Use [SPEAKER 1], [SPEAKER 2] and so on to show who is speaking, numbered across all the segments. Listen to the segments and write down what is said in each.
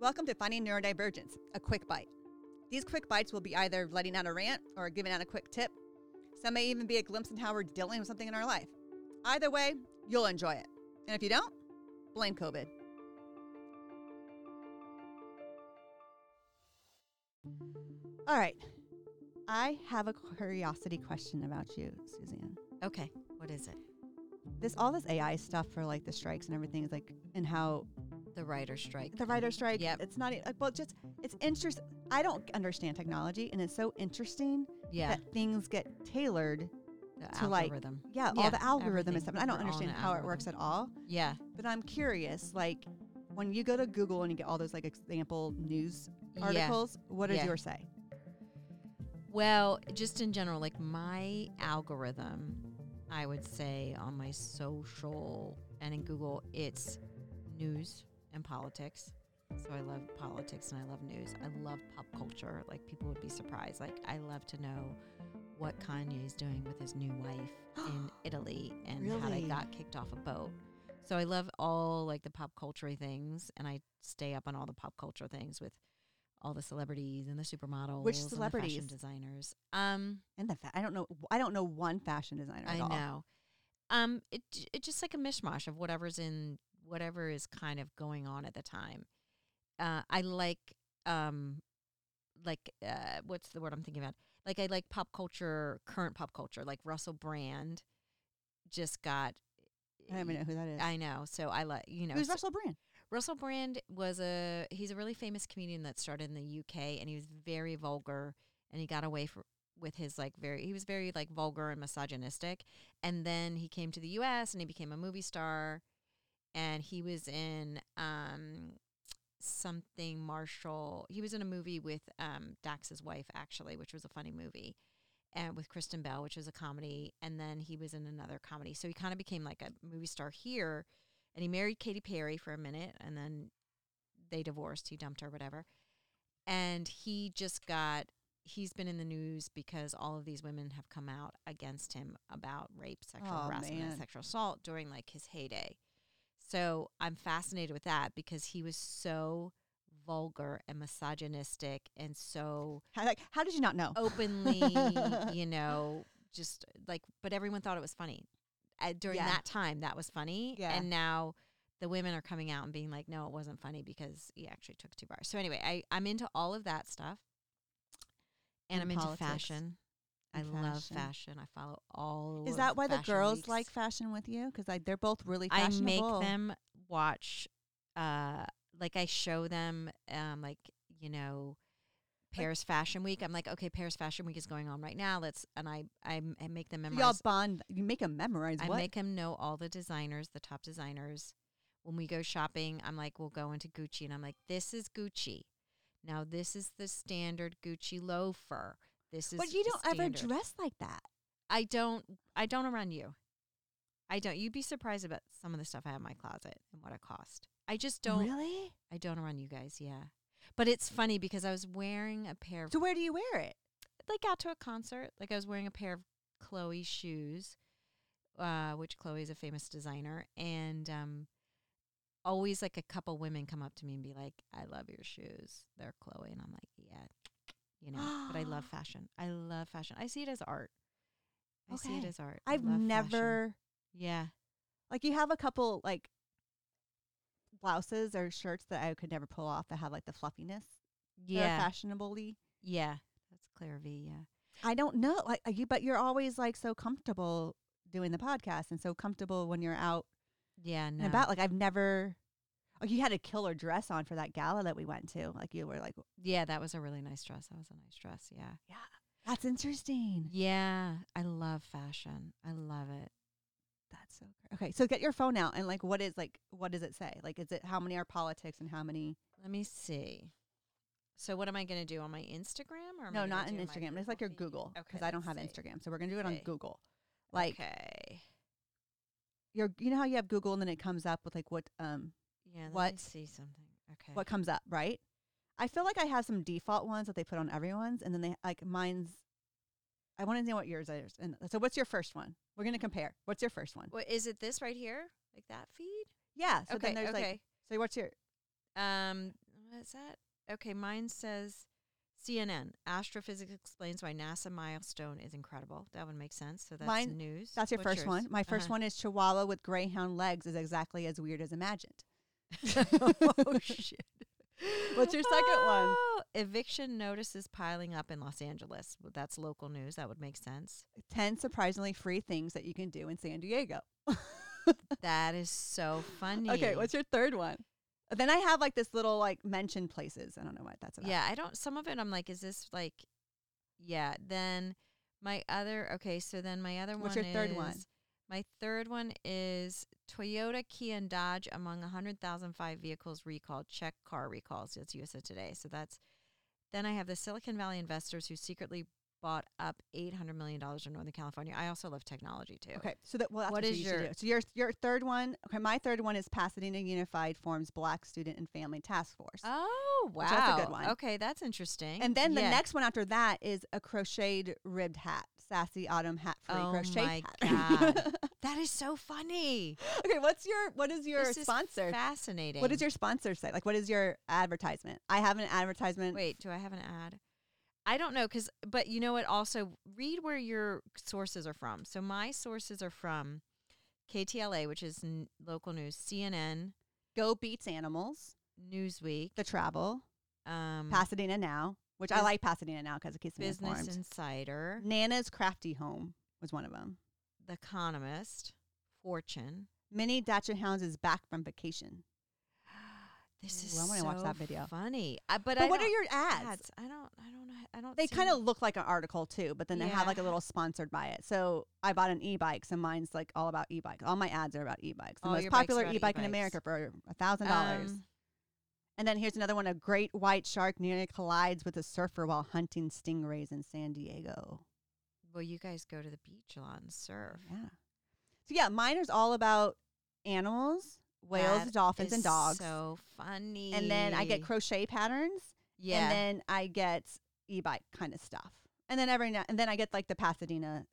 [SPEAKER 1] Welcome to Finding Neurodivergence, a quick bite. These quick bites will be either letting out a rant or giving out a quick tip. Some may even be a glimpse into how we're dealing with something in our life. Either way, you'll enjoy it. And if you don't, blame COVID. All right. I have a curiosity question about you, Suzanne.
[SPEAKER 2] Okay, what is it?
[SPEAKER 1] This all this AI stuff for like the strikes and everything is like and how
[SPEAKER 2] The writer strike.
[SPEAKER 1] the writer strike.
[SPEAKER 2] Mm-hmm. Yep.
[SPEAKER 1] It's not e- like well, just it's interest. I don't understand technology, and it's so interesting
[SPEAKER 2] Yeah,
[SPEAKER 1] that things get tailored.
[SPEAKER 2] the
[SPEAKER 1] to, like,
[SPEAKER 2] algorithm.
[SPEAKER 1] Yeah, all
[SPEAKER 2] Yeah,
[SPEAKER 1] the algorithm
[SPEAKER 2] everything.
[SPEAKER 1] and stuff. And I don't
[SPEAKER 2] We're all in
[SPEAKER 1] understand
[SPEAKER 2] the
[SPEAKER 1] how it works at all.
[SPEAKER 2] yeah,
[SPEAKER 1] But I'm curious, like when you go to Google and you get all those like example news articles, what does
[SPEAKER 2] Yeah.
[SPEAKER 1] yours say?
[SPEAKER 2] yeah. Well, just in general, like my algorithm, I would say on my social and in Google, it's news and politics. So I love politics and I love news. I love pop culture. Like people would be surprised. Like I love to know what Kanye's doing with his new wife in Italy and how they
[SPEAKER 1] Really?
[SPEAKER 2] got kicked off a boat. So I love all like the pop culture things and I stay up on all the pop culture things with all the celebrities and the supermodels and the
[SPEAKER 1] celebrities?
[SPEAKER 2] fashion designers. Um
[SPEAKER 1] And the fa- I don't know. I don't know one fashion designer. At
[SPEAKER 2] I
[SPEAKER 1] all.
[SPEAKER 2] know. Um, it j- it's just like a mishmash of whatever's in whatever is kind of going on at the time. Uh, I like um, like uh, what's the word I'm thinking about? Like I like pop culture, current pop culture. Like Russell Brand just got.
[SPEAKER 1] I don't even know who that is.
[SPEAKER 2] I know. So I like you know
[SPEAKER 1] Who's
[SPEAKER 2] so-
[SPEAKER 1] Russell Brand?
[SPEAKER 2] Russell Brand was a he's a really famous comedian that started in the UK and he was very vulgar and he got away for, with his like very he was very like vulgar and misogynistic and then he came to the US and he became a movie star and he was in um something Marshall he was in a movie with um Dax's wife actually which was a funny movie and with Kristen Bell which was a comedy and then he was in another comedy so he kind of became like a movie star here and he married Katy Perry for a minute, and then they divorced. He dumped her, whatever. And he just got he's been in the news because all of these women have come out against him about rape, sexual
[SPEAKER 1] Aw,
[SPEAKER 2] harassment,
[SPEAKER 1] man.
[SPEAKER 2] and sexual assault during like his heyday. So I'm fascinated with that because he was so vulgar and misogynistic and so
[SPEAKER 1] How, like, how did you not
[SPEAKER 2] Oh,
[SPEAKER 1] know?
[SPEAKER 2] openly, you know, just like, but everyone thought it was funny. Uh, during
[SPEAKER 1] Yeah.
[SPEAKER 2] that time, that was funny.
[SPEAKER 1] Yeah.
[SPEAKER 2] And now the women are coming out and being like, no, it wasn't funny because he actually took two bars. So, anyway, I, I'm into all of that stuff. And,
[SPEAKER 1] And
[SPEAKER 2] I'm into
[SPEAKER 1] politics.
[SPEAKER 2] fashion. I
[SPEAKER 1] And
[SPEAKER 2] love
[SPEAKER 1] fashion.
[SPEAKER 2] fashion. I follow all.
[SPEAKER 1] Is
[SPEAKER 2] of
[SPEAKER 1] that why the
[SPEAKER 2] fashion
[SPEAKER 1] girls
[SPEAKER 2] weeks.
[SPEAKER 1] like fashion with you? Because like they're both really
[SPEAKER 2] I make
[SPEAKER 1] fashionable.
[SPEAKER 2] them watch, uh, like I show them, um, like you know, Paris Fashion Week. I'm like, okay, Paris Fashion Week is going on right now. Let's and I I, m- I make them
[SPEAKER 1] So y'all
[SPEAKER 2] memorize.
[SPEAKER 1] bond. You make them memorize
[SPEAKER 2] I
[SPEAKER 1] what?
[SPEAKER 2] make them know all the designers, the top designers. When we go shopping, I'm like, we'll go into Gucci, and I'm like, this is Gucci. Now this is the standard Gucci loafer. This is
[SPEAKER 1] but you
[SPEAKER 2] the
[SPEAKER 1] don't ever
[SPEAKER 2] standard.
[SPEAKER 1] dress like that.
[SPEAKER 2] I don't. I don't around you. I don't. You'd be surprised about some of the stuff I have in my closet and what it cost. I just don't.
[SPEAKER 1] really.
[SPEAKER 2] I don't around you guys. Yeah, but it's funny because I was wearing a pair of
[SPEAKER 1] So where do you wear it?
[SPEAKER 2] like out to a concert. Like I was wearing a pair of Chloe shoes, uh, which Chloe is a famous designer, and um, always like a couple women come up to me and be like, "I love your shoes. They're Chloe," and I'm like, "Yeah." You know, but I love fashion. I love fashion. I see it as art. I see it
[SPEAKER 1] Okay.
[SPEAKER 2] as art. I
[SPEAKER 1] I've
[SPEAKER 2] love fashion.
[SPEAKER 1] never.
[SPEAKER 2] Yeah.
[SPEAKER 1] Like you have a couple like blouses or shirts that I could never pull off that have like the fluffiness. They're
[SPEAKER 2] Yeah.
[SPEAKER 1] fashionably.
[SPEAKER 2] Yeah. That's Claire V. Yeah.
[SPEAKER 1] I don't know. Like you, but you're always like so comfortable doing the podcast and so comfortable when you're out
[SPEAKER 2] Yeah. No.
[SPEAKER 1] and about. Like I've never. Oh, you had a killer dress on for that gala that we went to. Like you were like,
[SPEAKER 2] yeah. That was a really nice dress. That was a nice dress. Yeah.
[SPEAKER 1] that's interesting.
[SPEAKER 2] Yeah. I love fashion. I love it.
[SPEAKER 1] That's so cr- okay. So get your phone out and like, what is like, what does it say? Like, is it how many are politics and how many?
[SPEAKER 2] Let me see. So what am I going to do on my Instagram or am
[SPEAKER 1] No,
[SPEAKER 2] I gonna
[SPEAKER 1] not
[SPEAKER 2] do
[SPEAKER 1] on
[SPEAKER 2] my
[SPEAKER 1] Instagram. It's like your
[SPEAKER 2] feed?
[SPEAKER 1] Google because
[SPEAKER 2] Okay,
[SPEAKER 1] I don't have
[SPEAKER 2] let's see.
[SPEAKER 1] Instagram. So we're gonna do it on
[SPEAKER 2] Okay.
[SPEAKER 1] Google. Like
[SPEAKER 2] okay.
[SPEAKER 1] your you know how you have Google and then it comes up with like what um
[SPEAKER 2] Yeah. Let
[SPEAKER 1] what-
[SPEAKER 2] Me see something. Okay.
[SPEAKER 1] what comes up, right? I feel like I have some default ones that they put on everyone's and then they like mine's I want to know what yours is. And so what's your first one? We're going to compare. What's your first one?
[SPEAKER 2] What is it? This right here, like that feed?
[SPEAKER 1] Yeah, so
[SPEAKER 2] okay.
[SPEAKER 1] then there's like
[SPEAKER 2] okay.
[SPEAKER 1] so what's your
[SPEAKER 2] um. What's that? Okay, mine says CNN. Astrophysics explains why NASA milestone is incredible. That would make sense. So that's
[SPEAKER 1] Mine-
[SPEAKER 2] news.
[SPEAKER 1] That's your
[SPEAKER 2] What's
[SPEAKER 1] first
[SPEAKER 2] yours?
[SPEAKER 1] one. My 1st
[SPEAKER 2] Uh-huh.
[SPEAKER 1] one is Chihuahua with greyhound legs is exactly as weird as imagined.
[SPEAKER 2] oh shit.
[SPEAKER 1] What's your second one?
[SPEAKER 2] Oh, Eviction notices piling up in Los Angeles. Well, that's local news. That would make sense.
[SPEAKER 1] 10 surprisingly free things that you can do in San Diego.
[SPEAKER 2] That is so funny.
[SPEAKER 1] Okay, what's your third one? Then I have like this little like mention places. I don't know what that's about.
[SPEAKER 2] Yeah, I don't. Some of it, I'm like, is this like? Yeah. Then my other. Okay, so then my other
[SPEAKER 1] What's
[SPEAKER 2] one.
[SPEAKER 1] your third one?
[SPEAKER 2] is- My third one is Toyota, Kia, and Dodge among 100,005 vehicles recalled. Check car recalls. That's USA Today. So that's. Then I have the Silicon Valley investors who secretly bought up 800 million dollars in Northern California. I also love technology too.
[SPEAKER 1] Okay, so that well, that's what,
[SPEAKER 2] What
[SPEAKER 1] you
[SPEAKER 2] is
[SPEAKER 1] should
[SPEAKER 2] your-
[SPEAKER 1] do. so your your third one? Okay, my third one is Pasadena Unified forms Black Student and Family Task Force,
[SPEAKER 2] Oh wow,
[SPEAKER 1] Which that's a good one.
[SPEAKER 2] Okay, that's interesting.
[SPEAKER 1] and then the
[SPEAKER 2] Yeah.
[SPEAKER 1] next one after that is a crocheted ribbed hat, sassy autumn hat free
[SPEAKER 2] Oh
[SPEAKER 1] crochet
[SPEAKER 2] my
[SPEAKER 1] hat.
[SPEAKER 2] that is so funny.
[SPEAKER 1] okay, what's your what is your
[SPEAKER 2] This is
[SPEAKER 1] sponsor?
[SPEAKER 2] fascinating.
[SPEAKER 1] What does your sponsor say? Like, what is your advertisement? I have an advertisement.
[SPEAKER 2] Wait, do I have an ad? I don't know cuz but you know what also read where your sources are from. So my sources are from KTLA, which is n- local news, CNN,
[SPEAKER 1] Go Beats Animals,
[SPEAKER 2] Newsweek,
[SPEAKER 1] The Travel,
[SPEAKER 2] um
[SPEAKER 1] Pasadena Now, which I
[SPEAKER 2] Bus-
[SPEAKER 1] like Pasadena Now because it keeps me
[SPEAKER 2] Business
[SPEAKER 1] informed.
[SPEAKER 2] Insider,
[SPEAKER 1] Nana's Crafty Home was one of them.
[SPEAKER 2] The Economist, Fortune.
[SPEAKER 1] Minnie Datchet Hounds is back from vacation.
[SPEAKER 2] This is
[SPEAKER 1] Ooh, I wanna
[SPEAKER 2] so
[SPEAKER 1] watch that video.
[SPEAKER 2] funny. I, but
[SPEAKER 1] But,
[SPEAKER 2] I
[SPEAKER 1] what are
[SPEAKER 2] don't-
[SPEAKER 1] your ads?
[SPEAKER 2] ads? I don't I don't know. I don't
[SPEAKER 1] They
[SPEAKER 2] see
[SPEAKER 1] kind of
[SPEAKER 2] them.
[SPEAKER 1] look like an article too, but then they have like a
[SPEAKER 2] Yeah.
[SPEAKER 1] little sponsored by it. So I bought an e-bike, so mine's like all about e-bikes. All my ads are about e-bikes. The
[SPEAKER 2] All
[SPEAKER 1] most
[SPEAKER 2] your bike's
[SPEAKER 1] popular
[SPEAKER 2] about
[SPEAKER 1] e-bike in
[SPEAKER 2] e-bikes.
[SPEAKER 1] America for a thousand dollars.
[SPEAKER 2] Um,
[SPEAKER 1] And then here's another one: a great white shark nearly collides with a surfer while hunting stingrays in San Diego.
[SPEAKER 2] well, you guys go to the beach a lot and surf.
[SPEAKER 1] Yeah. So yeah, mine is all about animals, whales,
[SPEAKER 2] That
[SPEAKER 1] dolphins, and
[SPEAKER 2] is
[SPEAKER 1] dogs.
[SPEAKER 2] So funny.
[SPEAKER 1] and then I get crochet patterns.
[SPEAKER 2] yeah.
[SPEAKER 1] And then I get e-bike kind of stuff. And then every now and then I get like the Pasadena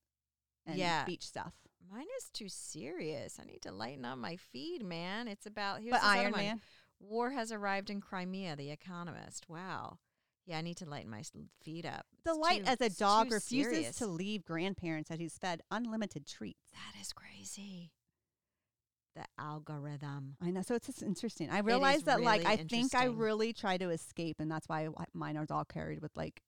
[SPEAKER 1] and
[SPEAKER 2] Yeah.
[SPEAKER 1] beach stuff.
[SPEAKER 2] Mine is too serious. I need to lighten up my feed, man. It's about here's
[SPEAKER 1] but
[SPEAKER 2] this other
[SPEAKER 1] Iron
[SPEAKER 2] one.
[SPEAKER 1] Man.
[SPEAKER 2] War has arrived in Crimea. The Economist. Wow. Yeah, I need to lighten my s- feed up. It's
[SPEAKER 1] Delight
[SPEAKER 2] too-
[SPEAKER 1] as a
[SPEAKER 2] it's
[SPEAKER 1] dog
[SPEAKER 2] too
[SPEAKER 1] refuses
[SPEAKER 2] serious.
[SPEAKER 1] to leave grandparents as he's fed unlimited treats.
[SPEAKER 2] That is crazy. The algorithm.
[SPEAKER 1] I know. So it's just interesting. I
[SPEAKER 2] is
[SPEAKER 1] realized that like I
[SPEAKER 2] really
[SPEAKER 1] think I
[SPEAKER 2] interesting.
[SPEAKER 1] really try to escape and that's why why mine are all carried with like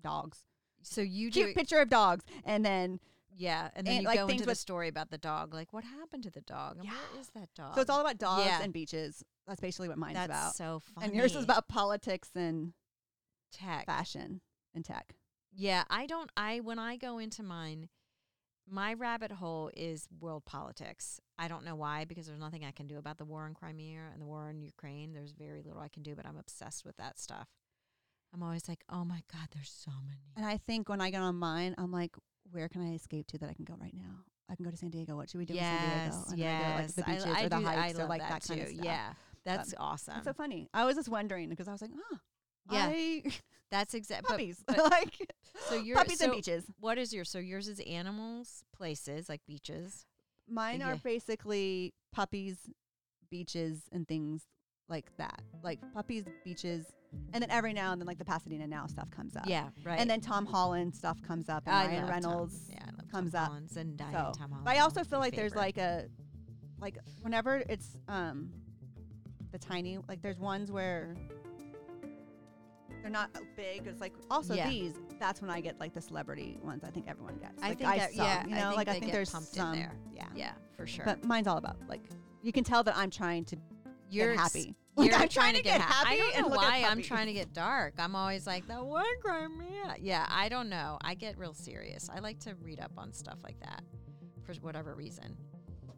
[SPEAKER 1] dogs.
[SPEAKER 2] So you do.
[SPEAKER 1] Cute picture of dogs and then
[SPEAKER 2] yeah, and then
[SPEAKER 1] and,
[SPEAKER 2] you
[SPEAKER 1] like,
[SPEAKER 2] go
[SPEAKER 1] things
[SPEAKER 2] into the
[SPEAKER 1] with-
[SPEAKER 2] story about the dog. Like, what happened to the dog? And
[SPEAKER 1] Yeah.
[SPEAKER 2] where is that dog?
[SPEAKER 1] so it's all about dogs
[SPEAKER 2] Yeah.
[SPEAKER 1] and beaches. That's basically what mine's
[SPEAKER 2] That's
[SPEAKER 1] about.
[SPEAKER 2] so funny.
[SPEAKER 1] and yours is about politics and
[SPEAKER 2] tech.
[SPEAKER 1] fashion and tech.
[SPEAKER 2] Yeah, I don't. I when I go into mine, my rabbit hole is world politics. I don't know why because there's nothing I can do about the war in Crimea and the war in Ukraine. There's very little I can do, but I'm obsessed with that stuff. I'm always like, oh my god, there's so many.
[SPEAKER 1] And I think when I get on mine, I'm like, where can I escape to that I can go right now? I can go to San Diego. What should we do in San Diego?
[SPEAKER 2] Yes,
[SPEAKER 1] And then I go, like
[SPEAKER 2] yes.
[SPEAKER 1] the beaches
[SPEAKER 2] I, I
[SPEAKER 1] or the
[SPEAKER 2] do, I
[SPEAKER 1] hikes
[SPEAKER 2] love
[SPEAKER 1] or like that,
[SPEAKER 2] that,
[SPEAKER 1] kind of
[SPEAKER 2] too.
[SPEAKER 1] stuff.
[SPEAKER 2] Yeah, that's awesome.
[SPEAKER 1] That's so funny. I was just wondering because I was like, oh,
[SPEAKER 2] Yeah.
[SPEAKER 1] I,
[SPEAKER 2] that's exactly.
[SPEAKER 1] puppies. like
[SPEAKER 2] So you're
[SPEAKER 1] puppies and
[SPEAKER 2] so
[SPEAKER 1] beaches.
[SPEAKER 2] What is yours? So yours is animals, places like beaches.
[SPEAKER 1] Mine are
[SPEAKER 2] yeah.
[SPEAKER 1] basically puppies, beaches, and things like that. Like puppies, beaches, and then every now and then like the Pasadena Now stuff comes up.
[SPEAKER 2] Yeah, right.
[SPEAKER 1] And then Tom Holland stuff comes up and
[SPEAKER 2] I
[SPEAKER 1] Ryan
[SPEAKER 2] love Tom-
[SPEAKER 1] Reynolds.
[SPEAKER 2] yeah, I love Tom
[SPEAKER 1] comes up.
[SPEAKER 2] Collins and Diane
[SPEAKER 1] So,
[SPEAKER 2] Tom
[SPEAKER 1] but I
[SPEAKER 2] Holland,
[SPEAKER 1] also
[SPEAKER 2] my
[SPEAKER 1] feel like there's
[SPEAKER 2] favorite.
[SPEAKER 1] like a, like whenever it's um, the tiny like there's ones where they're not big. It's like also
[SPEAKER 2] Yeah.
[SPEAKER 1] these. That's when I get like the celebrity ones. I think everyone gets.
[SPEAKER 2] I
[SPEAKER 1] Like,
[SPEAKER 2] think that-
[SPEAKER 1] some,
[SPEAKER 2] yeah,
[SPEAKER 1] you
[SPEAKER 2] I
[SPEAKER 1] know,
[SPEAKER 2] think
[SPEAKER 1] like I
[SPEAKER 2] they
[SPEAKER 1] think
[SPEAKER 2] get
[SPEAKER 1] there's
[SPEAKER 2] pumped in
[SPEAKER 1] some
[SPEAKER 2] there.
[SPEAKER 1] Yeah,
[SPEAKER 2] yeah, for sure.
[SPEAKER 1] But mine's all about like you can tell that I'm trying to
[SPEAKER 2] you're
[SPEAKER 1] get
[SPEAKER 2] ex-
[SPEAKER 1] happy.
[SPEAKER 2] You're
[SPEAKER 1] Like, I'm trying to get
[SPEAKER 2] ha-
[SPEAKER 1] happy
[SPEAKER 2] I don't
[SPEAKER 1] and
[SPEAKER 2] know
[SPEAKER 1] look at
[SPEAKER 2] why I'm
[SPEAKER 1] puppies.
[SPEAKER 2] trying to get dark. I'm always like that one crime man. Yeah, I don't know. I get real serious. I like to read up on stuff like that for whatever reason.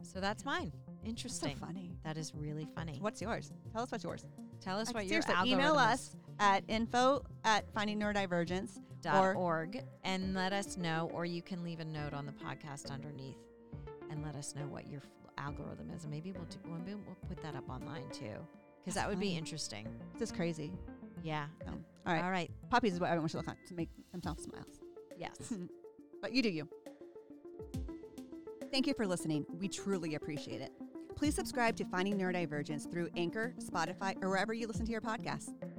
[SPEAKER 2] So that's mine.
[SPEAKER 1] so
[SPEAKER 2] Interesting.
[SPEAKER 1] funny.
[SPEAKER 2] that is really funny.
[SPEAKER 1] What's yours? Tell us what's yours.
[SPEAKER 2] Tell us
[SPEAKER 1] Like,
[SPEAKER 2] what your
[SPEAKER 1] seriously,
[SPEAKER 2] algorithm
[SPEAKER 1] email
[SPEAKER 2] is.
[SPEAKER 1] us at info at finding neurodivergence
[SPEAKER 2] dot
[SPEAKER 1] or-
[SPEAKER 2] org and let us know, or you can leave a note on the podcast underneath and let us know what your f- algorithm is. And maybe we'll do, maybe we'll put that up online too,
[SPEAKER 1] That's
[SPEAKER 2] because that would be
[SPEAKER 1] fun.
[SPEAKER 2] interesting.
[SPEAKER 1] This is crazy.
[SPEAKER 2] Yeah.
[SPEAKER 1] So, all right.
[SPEAKER 2] All right.
[SPEAKER 1] Poppies is what everyone should look at to make themselves smile.
[SPEAKER 2] Yes.
[SPEAKER 1] But you do you. Thank you for listening. We truly appreciate it. Please subscribe to Finding Neurodivergence through Anchor, Spotify, or wherever you listen to your podcasts.